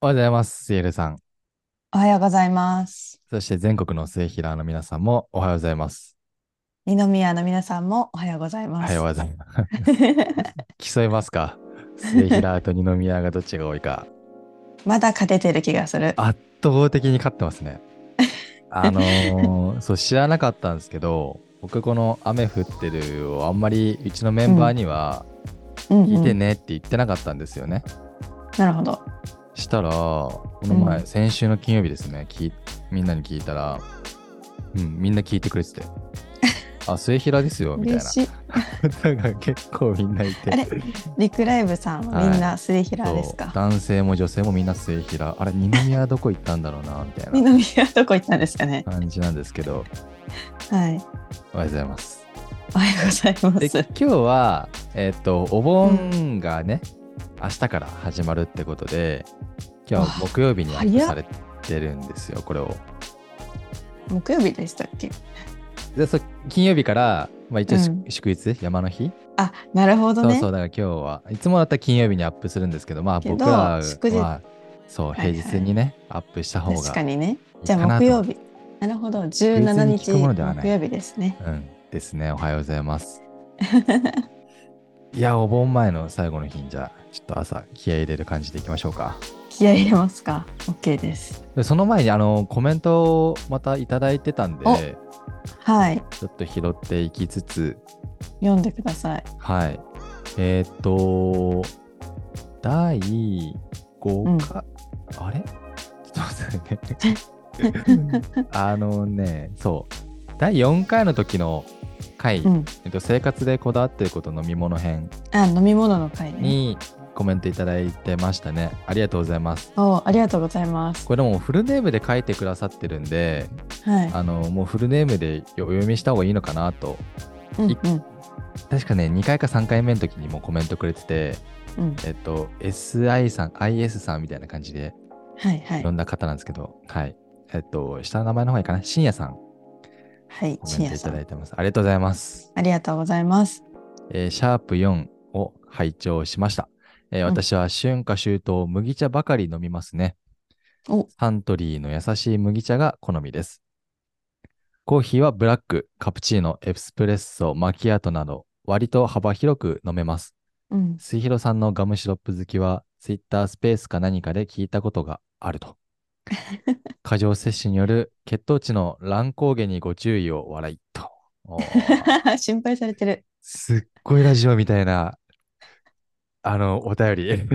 おはようございます。シエルさん。おはようございます。そして全国の末広の皆さんもおはようございます。二宮の皆さんもおはようございおまはす。ようございます。競いますか末広と二宮がどっちが多いか。 まだ勝ててる気がする。 圧倒的に勝ってます ね。あのーそう知らなかったんですけど、僕この雨降ってるをあんまりうちのメンバーにはうんうん聞いてねって言ってなかったんですよね。なるほど。したら、この前、うん先週の金曜日ですね、聞いみんなに聞いたら、うん、みんな聞いてく れてて。あ、末広ですよ、みたい嬉な。しい。方が結構みんないてあれリクライブさんはみんな末平ですそうか。男性も女性もみんな末平あれ二宮どこ行ったんだろうなみた二いな宮どこ行ったんですかね。感じなんですけどはおはい。ようございますおはようございま。です今日はえっ、とお盆がね、明日から始まるってことで今日は木曜日にアップされてるんですよこれを木曜日でしたっけ。でそう金曜日から、まあ、一応し、うん祝日山の日あ、なるほどそうねそう。だから今日はいつもだったら金曜日にアップするんですけどまあけど僕ら祝日はそうはいは平日いにね、アップした方が確かにね。いいじゃかなあと木曜日。なるほど。十七別に聞日くものではない木曜日ですね。うん、ですね。おはようござい ます。いや、お盆前の最後の日にじゃあ、ちょっと朝、気合い入れる感じでいきましょうか。気合い入れますか。オッケーです。でその前に、あの、コメントをまたいただいてたんおで、はい。ちょっと拾っていきつつ、読んでください。はい。えーっと、第5回、あれちょっと待って ね。あのね、そう。第4回の時の回、うん。えっと、生活でこだわってること飲み物編あ、飲み物の会ね。にコメントいただいてましたね。ありがとうございます。お、ありがとうございます。これでもフルネームで書いてくださってるんで、はい。あのもうフルネームでお読みした方がいいのかなと。うんい確かね、2回か3回目の時にもコメントくれてて、うんうん。えっと、SI さん、IS さんみたいな感じではいはい呼んだ方なんですけど、はい。えっと、下の名前の方がいいかな。深夜さん、はい、コ深メン夜トいさただん。いてます。ありがとうございます。ありがとうございます。えーシャープ4を拝聴しました。えーん私は春夏秋冬麦茶ばかり飲みますね。おサントリーの優しい麦茶が好みです。コーヒーはブラック、カプチーノ、エスプレッソ、マキアートなど、割と幅広く飲めます。うん、 水広さんのガムシロップ好きは、ツイッタースペースか何かで聞いたことがある と。過剰摂取による血糖値の乱高下にご注意を笑いと。おー心配されてる。すっごいラジオみたいな、あの、お 便り。。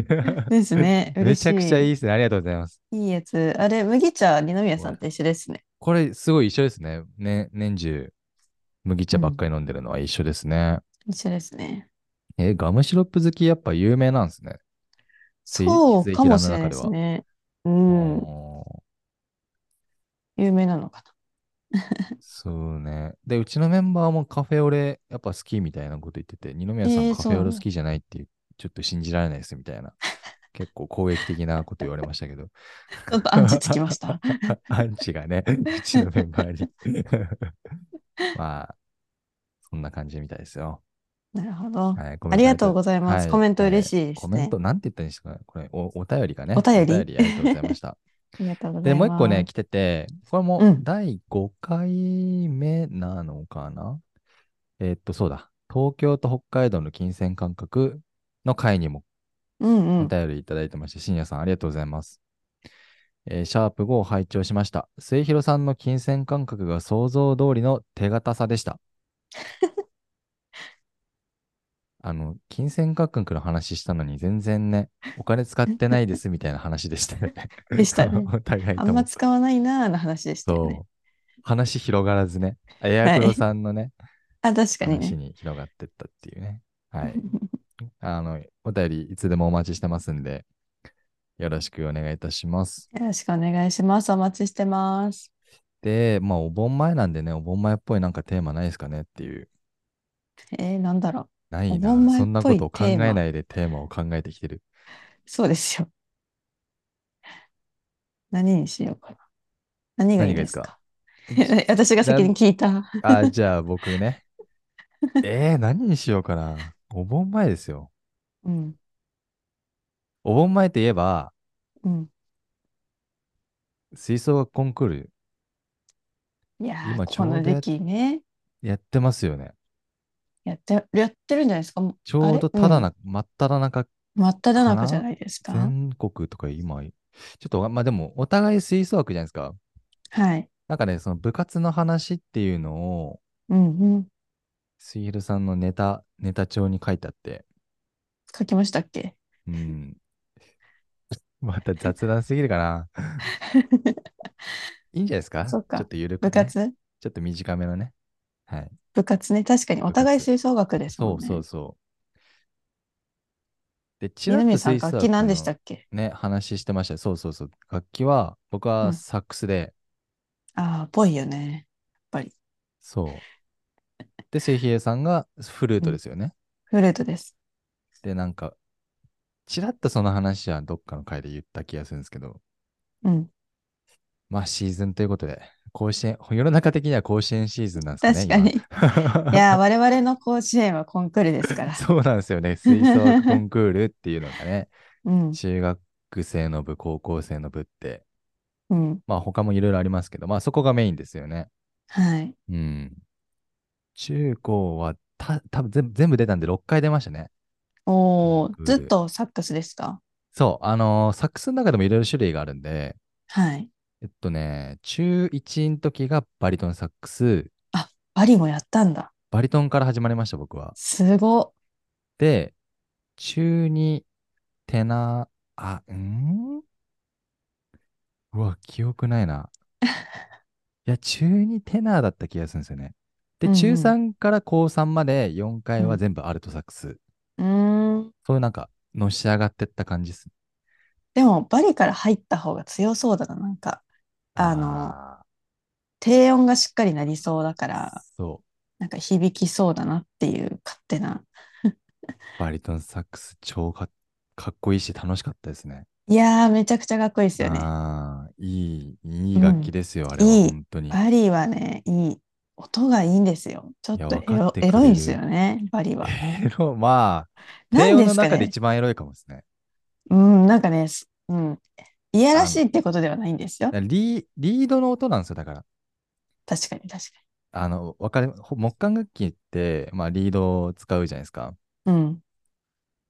ですねめちゃくちゃいいい。ですね。ありがとうございます。いいやつ。あれ、麦茶、二宮さんと一緒ですね。これ、すごい一緒ですね。ね年中、麦茶ばっかり飲んでるのは一緒ですね。一緒ですね。え、ガムシロップ好き、やっぱ有名なんですね。ついそうかもしれないつい平野の中でではすね。うん、お有名なのかーそうね。で、うちのメンバーもカフェオレ、やっぱ好きみたいなこと言ってて、二宮さえんーカフェオレそ好うきじゃないっていう、ちょっと信じられないですみたいな。結構攻撃的なこと言われましたけど。な。ちょっとアンチつき ました。アンチがね、 うちのメンバーに。 まあ、そんな感じみたいですよ。なるほど。はい、ありがとうございざいます。コメント嬉しいですね。コメント、なんて言ったらいいんですかねこれお、お便りがね。お便りありがとうございま した。ありがとうござで、いもまうす。一個ね、来てて、これもうん第5回目なのかな、えーっと、そうだ。東京と北海道の金銭感覚の回にもうんうおん。便りいただいてまして、深夜さんありがとうございます。えーシャープ5を拝聴しました。末広さんの金銭感覚が想像通りの手堅さで した。あの、金銭感覚の話したのに全然ね、お金使ってないですみたいな話でしたよね。 でしたね お互いあとんもま。使わないなーの話でしたよねそ。う。話広がらずね、エアクロさんのね、あ、確かに話ね。に広がってったっていうね。 はい。あの、お便りいつでもお待ちしてますんで、よろしくお願いいたします。よろしくお願いします。お待ちしてます。で、まあ、お盆前なんでね、お盆前っぽいなんかテーマないですかねっていう。えー、なんだろう。ないおな。盆前っぽいそんなことを考えテーマないでテーマを考えてきてる。そうですよ。何にしようかな。何がいいですか 私が先に聞いた。あ、じゃあ僕 ね。えー、何にしようかな。お盆前ですよ。うん。お盆前といえば、うん。吹奏楽コンクールいやー今ちょこうどやの時期ね。やってますよね。やって、やってるんじゃないですか。もうちょうどただな、真っ只中、真っ只中じゃないですか。全国とか今、ちょっと、まあでも、お互い吹奏楽じゃないですか。はい。なんかね、その部活の話っていうのを、うんうん。すひるさんのネタ、ネタ帳に書いてあって、書きましたっけうん。 また雑談すぎるか な。いいんじゃないですかそっかちょっとゆるく、ね。部活ちょっと短めのね。はい。部活ね。確かに、お互い吹奏楽ですそもんうね。そうそう。で、ちゆなるみにみさん、楽器何でしたっけね、話してましたよそうそうそう。楽器は、僕うはんサックスで、ああ、ぽいよね。そう。で、せいひえさんがフルートですよね。フルートです。で、なんか、ちらっとその話はどっかの回で言った気がするんですけど、うん。まあシーズンということで、甲子園、世の中的には甲子園シーズンなんですね。確かに。い今やー、我々の甲子園はコンクールで すか ら。そうなんですよね。吹奏楽コンクールっていうのがね、うん。中学生の部、高校生の部って、うん。まあ他もいろいろありますけど、まあそこがメインですよね。はい。うん。中高はた多分全部全部出たんで6回出ましたね。コおンクー、ールずっとサックスですかそう、あのーサックスの中でもいろいろ種類があるんで、はい。えっとね、中1の時がバリトンサックス、バリもやったんだ。バリトンから始まりました、僕は。すご。で、中2、テナー、あ、んうわ、記憶ない な。いや、中2テナーだった気がするんですよね。うで、んうん中3から高3まで4回うはん全部アルトサックス。うーん。そういうなんか、のし上がってった感じですね。でも、バリから入った方が強そうだな。なんか、あの、あ低音がしっかりなりそうだかーら、そなんか響きそうだなっていう勝手な。う。バリトンサックス超かかっこいいし楽しかったですね。いやー、めちゃくちゃかっこいいですよね。ああ、いい、いうんい楽器ですよ、あれはいい本当に。バリはね、いい。音がいいんですよ。ちょっいやとわエかっロ、てくれエるロいんですよね、バリは。エロ、まあ、な低ん音でのすか中でね。一番エロいかもですね。うん、なんかね、すうん。いやらしいってことではないんですよ。リーリードの音なんですよ、だから。確かに、確かあの、わかり、ほ木管楽器って、まあ、リードを使うじゃないですか。に。うん。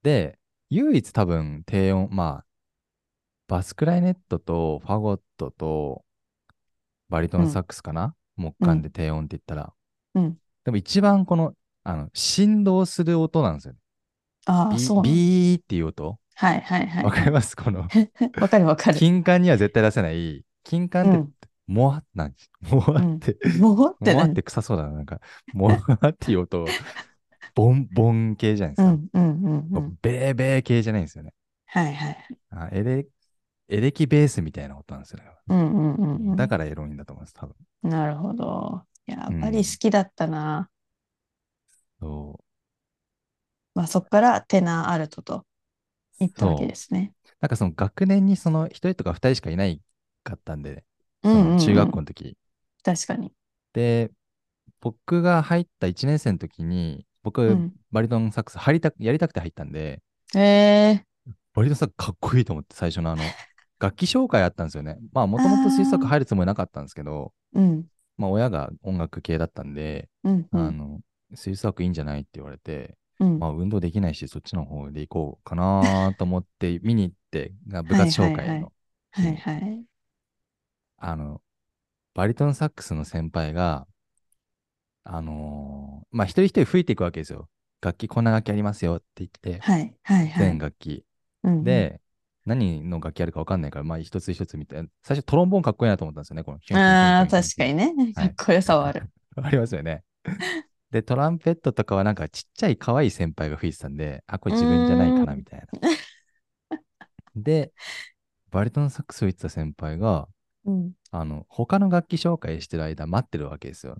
で、唯一多分低音、まあ、バスクライネットとファゴットとバリトンサックスかな、木管で低音って言ったら。うんでも一番この、あの、振動する音なんですよ。ああ、ビそうなんビーっていう音。はいはいはい。わかりますこの、わかるわかる。金管には絶対出せない。金う管って、ん。もわなんです。 もわって、もごっ もてわっ何て臭そうだな。なんか、もわっていう 音、ボン、ボン系じゃないでうすか。んうんうんうん。ベーベー系じゃないんですよね。はいはい。あエレ、エレキベースみたいな音なんですよね。うんうんうんうん。だからエロいんだと思います、多分。なるほど。やうんっぱり好きだったな。そまあそこからテナーアルトとう。行ったわけですね。なんかその学年にその一人とか二人しかいないかったんで、うんうんそうんの中学校の時。確かに。で、僕が入った1年生の時に、僕、うんバリトンサックス入りたくやりたくて入ったんで、えバリトンサックスかっこいいと思って、最初 のあの、楽器紹介あったんですよね。まあ、もともと吹奏楽入るつもりなかったんですけど、ー、うんまあ、親が音楽系だったんで、うんうあんの、吹奏楽いいんじゃないって言われて、うんまあ、運動できないし、そっちの方で行こうかなと思 って、見に行って、が部活紹はいはいは介いの、はいはい。あの、バリトンサックスの先輩が、あのーまあ、一人一人吹いていくわけですよ。楽器、こんな楽器ありますよって言って、はいはいは全い。楽器。うんうん、で、何の楽器あるかわかんないから、まあ、一つ一つ見て、最初トロンボーンかっこいいなと思ったんですよね、この。ああ、確かに。にね。かっこよさはある。 ありますよ ね。で、トランペットとかはなんかちっちゃい可愛い先輩が吹いてたんで、あ、これ自分じゃないかなみたいな。 で、バリトンサックスを吹いてた先輩が、うんあの、他の楽器紹介してる間待ってるわけですよ。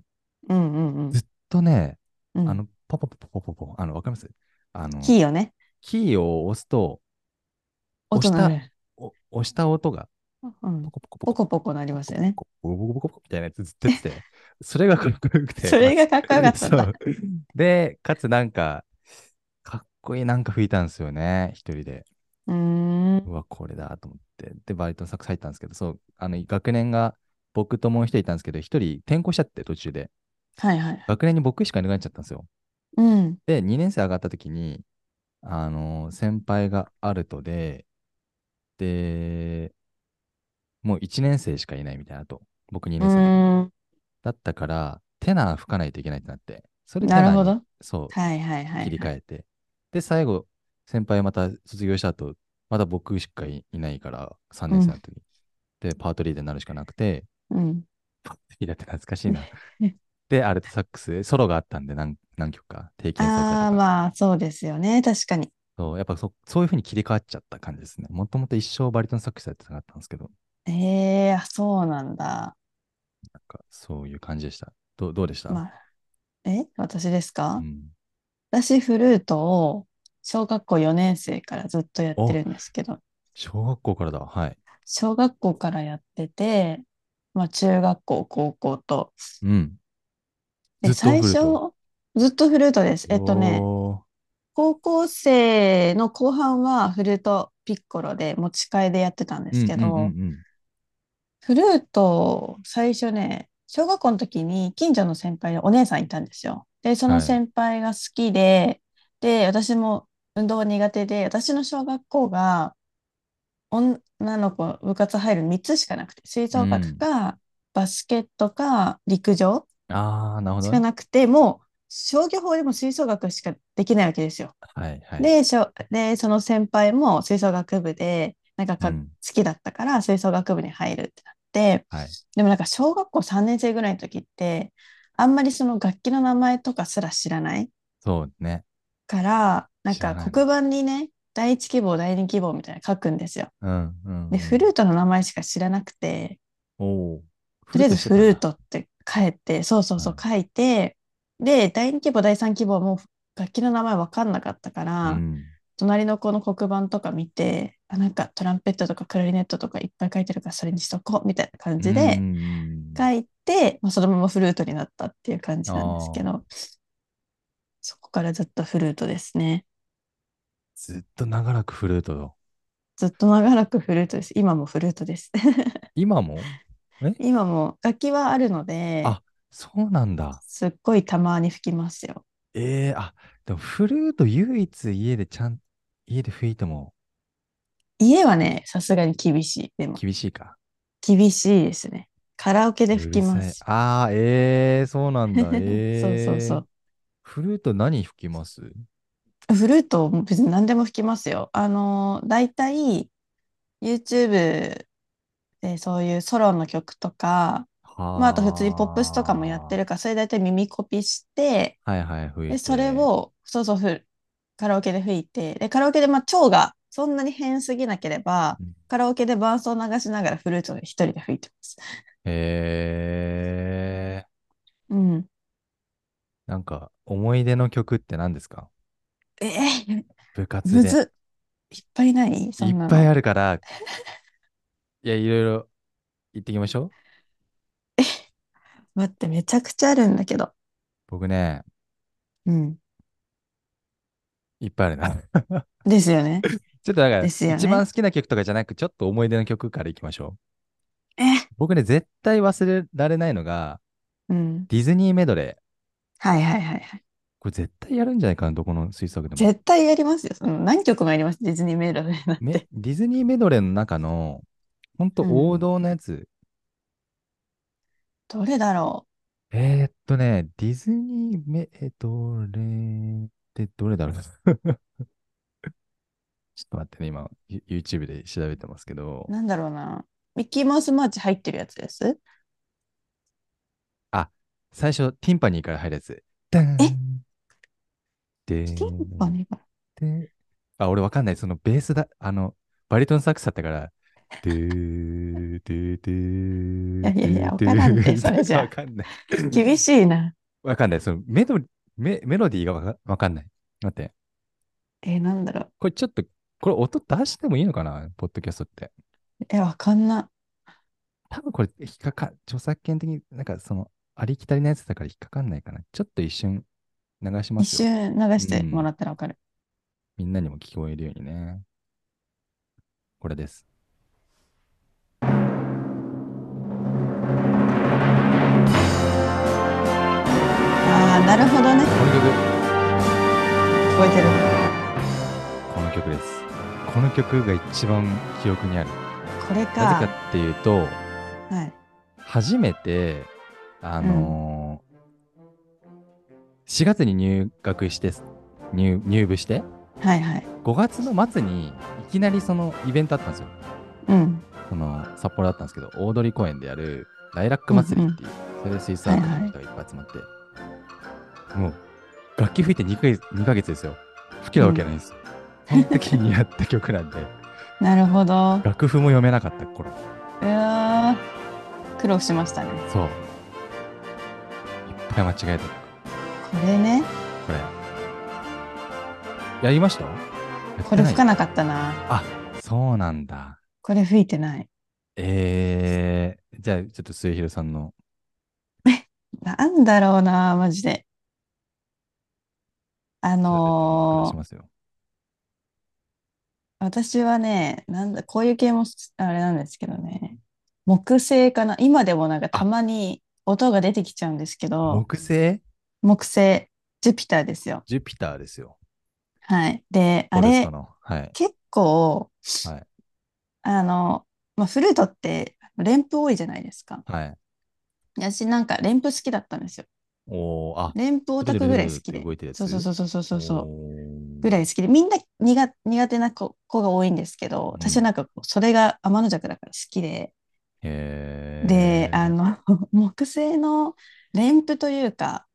うんうんずっとね、うん。あの、ポポポポポポポ、あの、わかりますあの、キーよね。キーを押すと、押音した、なる。お押した音が、うんポ、コポコポポココポコなりますよね。ポコポコポコポコポコみたいなやつずっとやって て、それがかっこよくて。それがかっこよかったんだ そう。で、かつなんか、かっこいいなんか吹いたんですよね、一人で。うーん。うわ、これだと思っって、で、バイトのサックス入ったんですけど、そう、あの、学年が僕ともう一人いたんですけど、一人転校しちゃって途中で、はいはい。学年に僕しかいなくなっちゃったんですよ。うん。で、2年生上がった時に、あの、先輩がアルトで、で、もう1年生しかいないみたいなと、僕2う年生でーん。だったから、テナー吹かないといけないってなって、それテナなるーほにど。そう、はいはいはい。切り替えて、で、最後、先輩また卒業した後、まだ僕しかいいないから、3年生の時に。で、パートリーダーになるしかなくて、うん。パートリーダーって懐かしい な。で、アルトサックス、ソロがあったんで何、何曲か、定期演奏会とああ、かまあ、そうですよね。確かに。そう、やっぱそそういうふうに切り替わっちゃった感じですね。もともと一生バリトンサックスやってなかったんですけど、ええあ、そうなんだ。なんかそういう感じでした。どうどうでした、まあ、え、私ですか、うん、私、フルートを小学校4年生からずっとやってるんですけど、小学校からだ。はい。小学校からやってて、まあ、中学校、高校と。うん。で、ずっとフルー最ト初、ずっとフルートです。えっとね、おー高校生の後半はフルートピッコロで持ち替えでやってたんですけど、うんうんうんうんフルート最初ね小学校の時に近所の先輩でお姉さんいたんですよ。でそはのい先輩が好きで、で私も運動は苦手で私の小学校が女の子部活入る3つしかなくて吹奏楽か、バスケットか陸上ああ、なるほしど、かね。なくてもう商業法でも吹奏楽しかできないわけですよ。はいはい。で、しょでその先輩も吹奏楽部でなんかか、う好んきだったから吹奏楽部に入るってなって、はいでもなんか小学校3年生ぐらいの時ってあんまりその楽器の名前とかすら知らないそうね。からなん知らかないね黒板にね第一希望第二希望みたいなの書くんですよ。うんうん、うん。でフルートの名前しか知らなくておーとりあえずフルーしてトって書いてそうそうそううん書いて、で第二希望第三希望も楽器の名前分かんなかったかたんだ。ら。うん隣の子の黒板とか見てあなんかトランペットとかクラリネットとかいっぱい書いてるからそれにしとこうみたいな感じでうんうん書いて、まあ、そのままフルートになったっていう感じなんですけどそこからずっとフルートですねずっと長らくフルートだ。ずっと長らくフルートです今もフルートです 今も今も楽器はあるのであそうなんだ。すっごいたまに吹きますよええあ、でもフルート唯一家でちゃん、家で吹いても家はねさすがに厳しいでも厳しいか。厳しいですねカラオケで吹きうまるさいすああ、ええそうなんだ。え そうそうそうえフルート何吹きますフルート別に何でも弾きますよ。あの大体 YouTube でそういうソロの曲とか、ままあ、あと普通にポップスとかもやってる。からそれ大体耳コピしてはいはい、吹いて。でそれ、をそうそうふカラオケで吹いてでカラオケでまあ調がそんなに変すぎなければうんカラオケで伴奏流しながらフルートで一人で吹いてます。ええうん、なんか思い出の曲って何ですかえー、部活むで。ずっいっぱいないそいんなっのぱいあるから、いや、いろいろ言ってきましょう。待ってめちゃくちゃあるんだけど。僕ね、うん、いっぱいある な。です よね。ちょっとだから、ですよね一番好きな曲とかじゃなく、ちょっと思い出の曲からいきましょえう。僕ね、絶対忘れられないのが、うん、ディズニーメドレー。はいはいはいはい。これ絶対やるんじゃないかな、どこの水槽でも。絶対やりますよ。その何曲もやります。ディズニーメイドでなっめて。ディズニーメドレーの中の、ほんと王道のやつ。どれだろえー、っとね、ディズニーメドレーってどれだろうちょっと待ってね、今、ユ YouTube で調べてますけどう。。なんだろうな。ミッキーマウスマーチ入ってるやつです。最初、ティンパニーから入るやつ。ダンでティンパニーかであ、俺わかんない。そのベースだ、あの、バリトンサックスだったから、ドゥー、ドゥー、ドゥー、いやいやいやドゥーわからんってドゥーそれじゃわかんない。な。厳しいな。わかんない。そのメドメメロディーがわかわかんない。待って。えー、なんだろう。これちょっと、これ音出してもいいのかなポッドキャストって。え、わかんな。多分これ、引っかか、著作権的に、なんかその、ありきたりなやつだから引っかかんないかな。ちょっと一瞬流しま一すよ。瞬流してもらったらわかる。みんなにも聞こえるようにね。これです。なるほどねこ。の曲聞こえてる。この曲ですこの曲が一番記憶にあるこなれぜか。かっていうとはい。初めてあのー4月に入学して入入部してはいはい。 5月の末にいきなりそのイベントあったんですようん。その札幌だったんですけど大通公園でやるライラック祭りっていう、それで水産館の人がいっぱい集まって、もう楽器吹いて2ヶ月 ,2 ヶ月ですよ吹けたわけないんですよ、その時にやった曲なんでなるほど。う楽譜も読めなかった頃わー苦労しましたね。そういっぱい間違えたここれね。れやりましたこれ吹かいなかったな。そうなんだこれ吹いてない。えー、じゃあちょっと末広さんのなんだろうな、マジで。あ話のしーますよ私はね、なんだ、こういう系もあれなんですけどね、木星かな。今でもなんかたまに音が出てきちゃうんですけど、木星木星、ジュピターですよ。ジュピターですよはい。で、あどうですれか、のはい結構、はいあの、まあ、フルートって連符多いじゃないですか。はい私なんか連符好きだったんですよ。おーあ連符オタクぐらい好きで。動いてるやつそうそうそうそうそうそう。うぐらい好きでみんな苦苦手な子子が多いんですけどうん私はなんかこうそれが天の弱だから好きで、へーであの 木星の連符というか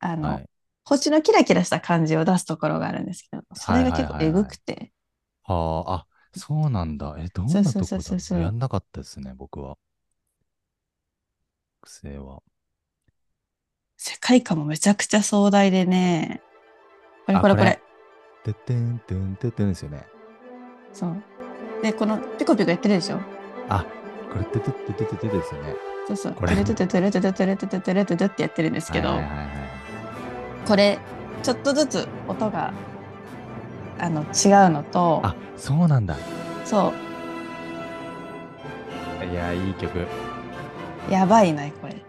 あの、はい星のキラキラした感じを出すところがあるんですけどそれが結構はいはいはいはいえぐくてはああそうなんだえどんなとこそうそうそうだそうろうやんなかったですね僕は癖は世界観もめちゃくちゃ壮大でねこれこれあこれてってんてんてってんですよねそうでこのピコピコやってるでしょあこれててててててですよねそうそうこトれゥルトゥトゥトゥルトゥトゥトゥルトゥトゥトゥルトゥトゥってやってるんですけど、はいはいはいはいこれちょっとずつ音があの違うのとあそうなんだそいやいい曲うやばいなこれ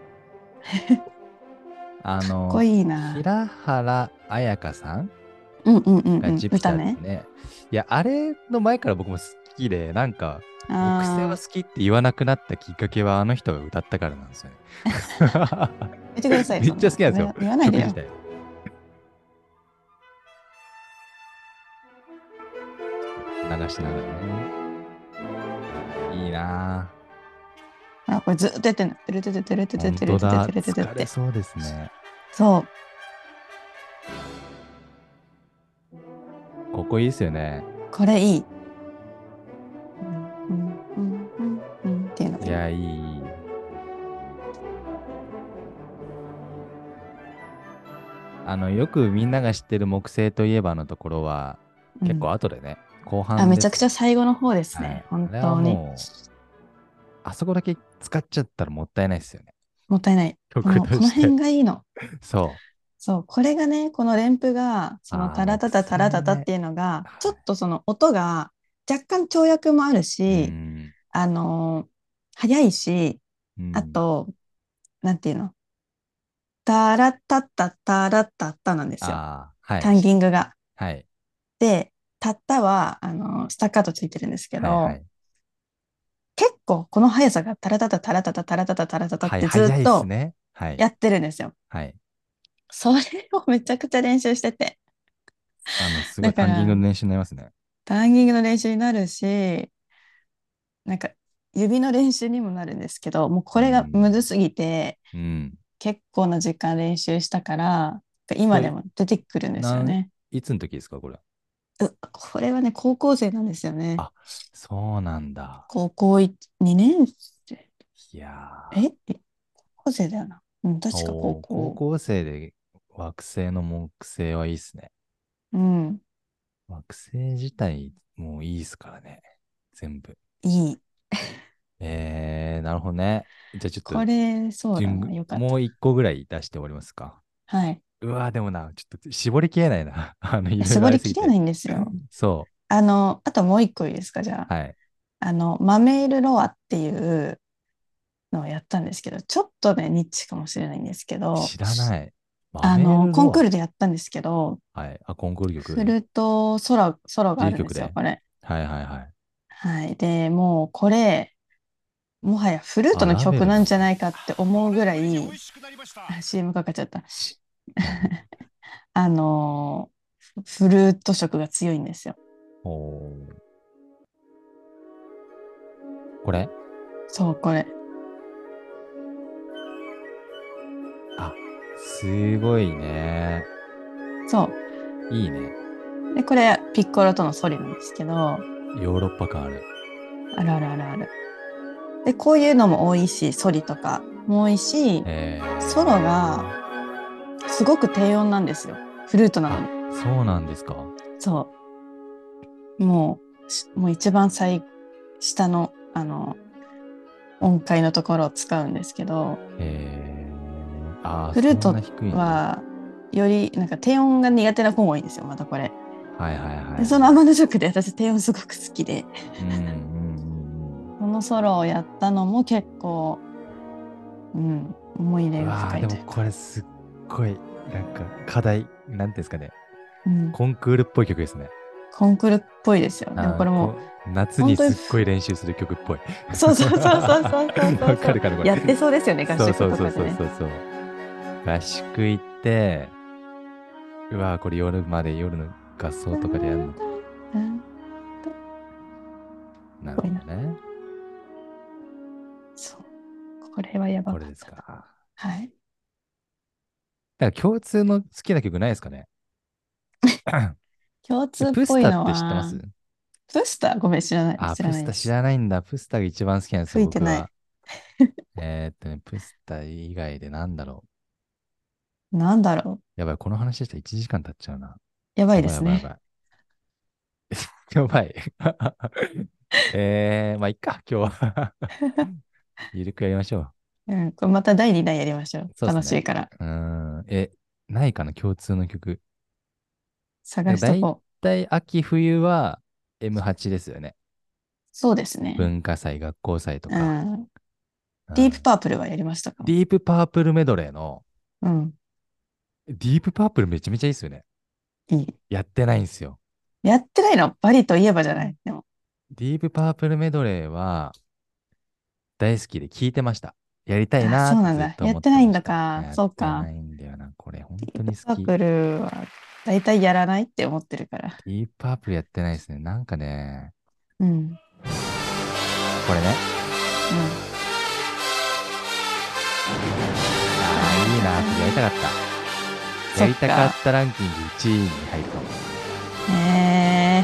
あのこれいいな平原彩香さんうんうんうんうがんジュピタ歌ーですねねいやあれの前から僕も好きでなんか木星あはー好きって言わなくなったきっかけはあの人が歌ったからなんですよね。言ってくださいめっちゃ好きなんですよ言わ言わない曲でよ自体流しながらね。いいなあこれずっとやってんのてるてるてるてぁ。る本てる当てだ。疲るてるてるてれるそうですね。そうここいいですよね。これいいうんうんうんうんうんっていうのいがや、いい。いいあのよくみんなが知ってる木星といえばのところはうん結構後でね、後半あめちゃですくちゃ最後の方ですはいね本あれは当にもうあそこだけ使っちゃったらもったいないですよね。もったいないこ曲のとこのして。辺がいいのそう。そう、これがね、この連符が、そあのータラタタタラタそタうねっていうのがはい、ちょっとその音が若干跳躍もあるうし、んあのー速いし、うんあと、なんていうのタラタタタラタタなんですよ。あーはい。タンギングが。はい。で、タッタは、あのースタッカートついてるんですけはいはど、い結構この速さがタラタタタラタタタラタタタラタタはっい。てず早いっでとすね。はい。やってるんですよ。はい。それをめちゃくちゃ練習してて。あの、すごいだかタンらギングの練習になりますね。ターニングの練習になるし、なんか指の練習にもなるんですけど、もうこれがむずすぎて、うん。結構な時間練習したから、今でも出てくるんですよね。いつの時ですか、これ。うこれはね、高校生なんですよね。あそうなんだ。高校2年生。いやーえ高校生だよな。うん、確かお高ー校。生で惑星の木星はいいっすね。うん、惑星自体もういいっすからね。全部。いい。えー、なるほどね。じゃあちょっと。これ、そうだ順な。よかっもう一個ぐらい出して終わりますか。た。はい。うわーでもな、ちょっと絞りきれないな。 あの、いろいろ絞りきれないいんですよ。そあの、あともう一個いいですか、じゃう。あ。はい。あの、マメールロアっていうのをやったんですけど、ちょっとね、ニッチかもしれないんですけど、知らない。あの、コンクール。ルでやったんですけど、はい。あ、コンクール曲。フルとソロ、ソロがあるんですいい曲よで、これ。はいはいはい。はい。で、もうこれ、もはやフルートのあラベ曲ルだなんじゃないかって思うぐらい、美味しくなりましたあ CM かかっちゃった。 あのー、フルート色が強いんですよ。おーこれそう、これ。すごいね。そいいね。う。で、これ、ピッコロとのソリなんですけど、あヨーロッパ感ある。るあるあるある。で、こういうのも多いし、ソリとかも多いし、えーソロがすごく低音なんですよ。フルートなのに。あそうなんですか。そう。もうし、もう一番最下の、あの、音階のところを使うんですけど、えー、あーフルートそんな低いんだは、より、なんか低音が苦手な子も多いんですよ、またこれ。はいはいはでい。その天の塾で私低音すごく好きで、うんうんうんこのソロをやったのも結構、うん、思い入うん。れうがわ深ーいでともいうか。これすっごい、なんか課題、なんていうんですかね。うん、コンクールっぽい曲ですね。コンクールっぽいですよ。であもーこれもこう夏にすっごい練習する曲っぽい。う、そうそうそうそうそうそうそう わかるかなこれ やってそうですよね、合そう宿そうとそうかでそうねそ。うそう。合宿行って、うわーこれ夜まで夜の合奏とかでやるの。うんなるほどね。そう。これはやばこかっれですたか。だかはい。ら共通の好きな曲ないです かね。共通っプぽスいタのって知ってまはす、プスタごめん、知らない。あ、知プらないスでタす知らないんだ。プスタが一番好きなんですよ、吹いて僕ない は。えーっとね、プスタ以外でなんだろう。なんだろやばい、この話したら1時間経っちゃうな。う。やばいですやね。ばい やばい。 やばい。えー、まあ、いっか、今日 は。ゆるくやりましょう。うん、これまた第2弾やりましょう。そうですね楽しいから。うーん。え、ないかな、共通の曲。探しとこう。大体秋冬は M8 ですよね。そうですね。文化祭、学校祭とうか。ん。うんディープパープルはやりましたかディープパープルメドレーの、うん。ディープパープルめちゃめちゃいいですよね。いい。やってないんですよ。やってないのバリといえばじゃない。でも。ディープパープルメドレーは大好きで聞いてました。やりたいなあそうなーんってだずっと思ってやってないまんしだたかそうかやってないんだよな。これ本当にサ好き。ーデクルは大体やらないって思ってるから。ィープパープルやってないですね。なんかね、うん。うん。これね。ああ、いいなーってやりたかった。やりたかったランキング1位に入るかも。え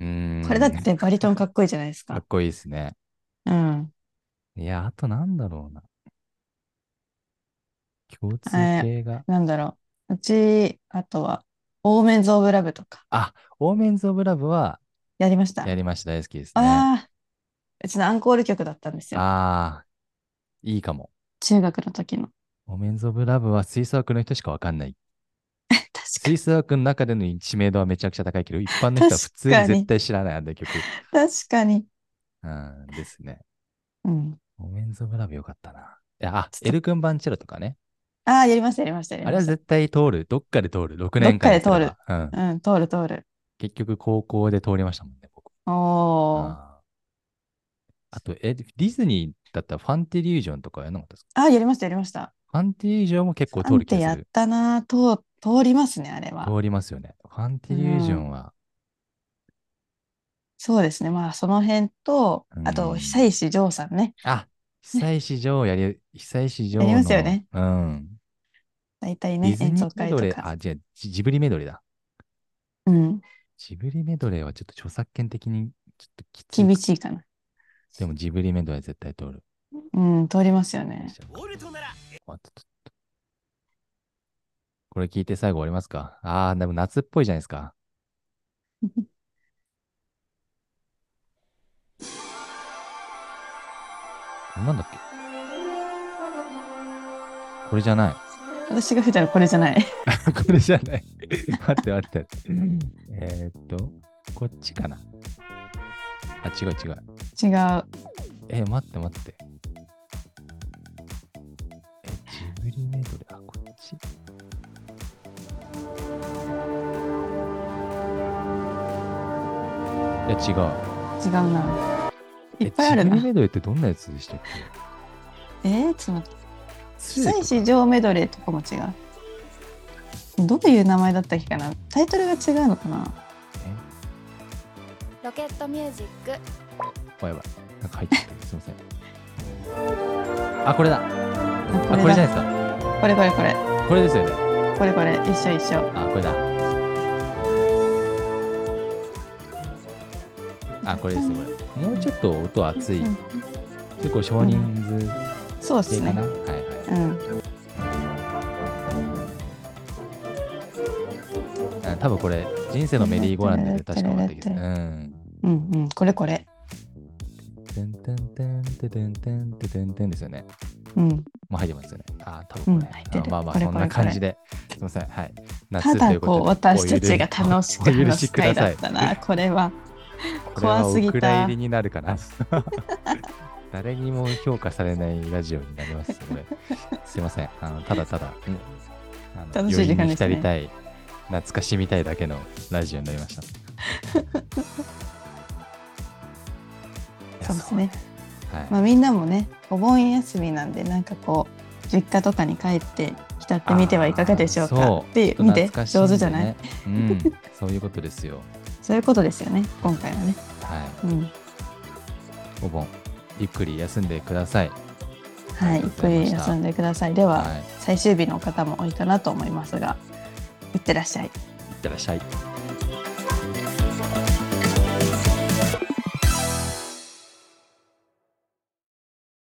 うーー、ん。これだってバリトンかっこいいじゃないですかかっ。こいいですね。うん。いや、あとなんだろうな。共通えー系が。なんだろう。うち、あとは、オーメンズ・オブ・ラブとか、あ、オーメンズ・オブ・ラブはやりました。やりました。大好きですね。あああ、うちのアンコール曲だったんですよ。あー、いいかも。中学の 時の。オーメンズ・オブ・ラブは吹奏楽の人しかわかんない。確か吹奏楽の中での知名度はめちゃくちゃ高いけど、一般の人は普通に確かに絶対知らないあの曲。に。 確かに。うん、ですね。うん。オーメンズ・オブ・ラブよかったな。いやあ、ちょっとエル君・バンチェロとかね。ああ、やりました、やりました、やりあれまはした。絶対通る。どっかで通る。6年間やってればどっかうん。うん、通る通る。結局、高校で通りましたもんね、僕。おー。あーあと、え、ディズニーだったらファンティリュージョンとかやらなかったですかああ、やりました、やりました。ファンティリュージョンも結構な通んる気てがやすっる。たな、通、通りますね、あれは。通りますよね。ファンティリュージョンは、そうですね。まあ、その辺とう、んあと、久石譲さんね。あ、久石城をやり、久石城の。やりますよね。うん。大体ディね、ズニ演奏ーメ会ドレとー、か。あ、じゃジジブリメドレーだ。うん、ジブリメドレーはちょっと著作権的にちょっときつい。厳しいかな。でもジブリメドレー絶対通る。うん、通りますよね。オルトならあちょっとこれ聞いて最後終わりますか。あー、でも夏っぽいじゃないです か。なんだっけこれじゃない。私が吹いたらこれじゃない。 これじゃない。待って待って。えーっと、こっちかな。あ、違う違う。違う。え、待って待って。え、ジブリメドレー、あ、こっち。いや、違う。違うな。いえっぱいあるジブリな。メドレーってどんなやつでしたっけえー、ちょっと待って。つ久石城メドレーとかも違う。どういう名前だったっけかなタイトルが違うのかなロケットミュージックあ、やばい。なんか入ってる。すいません。あ、これだ。ああ、これじゃないですか。これこれこれ。これですよね。これこれ。一緒一緒。あ、これだ。あ、これですよ、これ。もうちょっと音熱い。うん結構少人数そうで系すかねな。。はいはい。うん。あ多分これ、人生のメリーゴーランドで確か終わったけど。うん。うんうん。これこれ。てんてんてんてんてんてんてんてんてんですよね。うん。もう入ってますよね。あ、多分これ。うん入ってるあまあまあ、これそこんれな感じで。すみません。はい。た夏といだうことこでう私たちが楽しくお許話しすくだ会さだいっ。たな。これは。これは怖すぎたお蔵入りになるか な。誰にも評価されないラジオになります。これ。すいません。あのただただ、うんあの楽しい時間余韻でにした浸ねりたい、懐かしみたいだけのラジオになりました。いやそうですね。。そうはい。まあ、みんなもねお盆休みなんでなんかこう実家とかに帰って浸ってみてはいかがでしょうあーかそっていう見て上手じゃない、。ちょっと懐かしんでねうん。そういうことですよ。そういうことですよね今回はね、はい。うん、お盆ゆっくり休んでください。はいゆっくり休んでくださいでは、はい。最終日の方も多いかなと思いますがいってらっしゃいいってらっしゃい。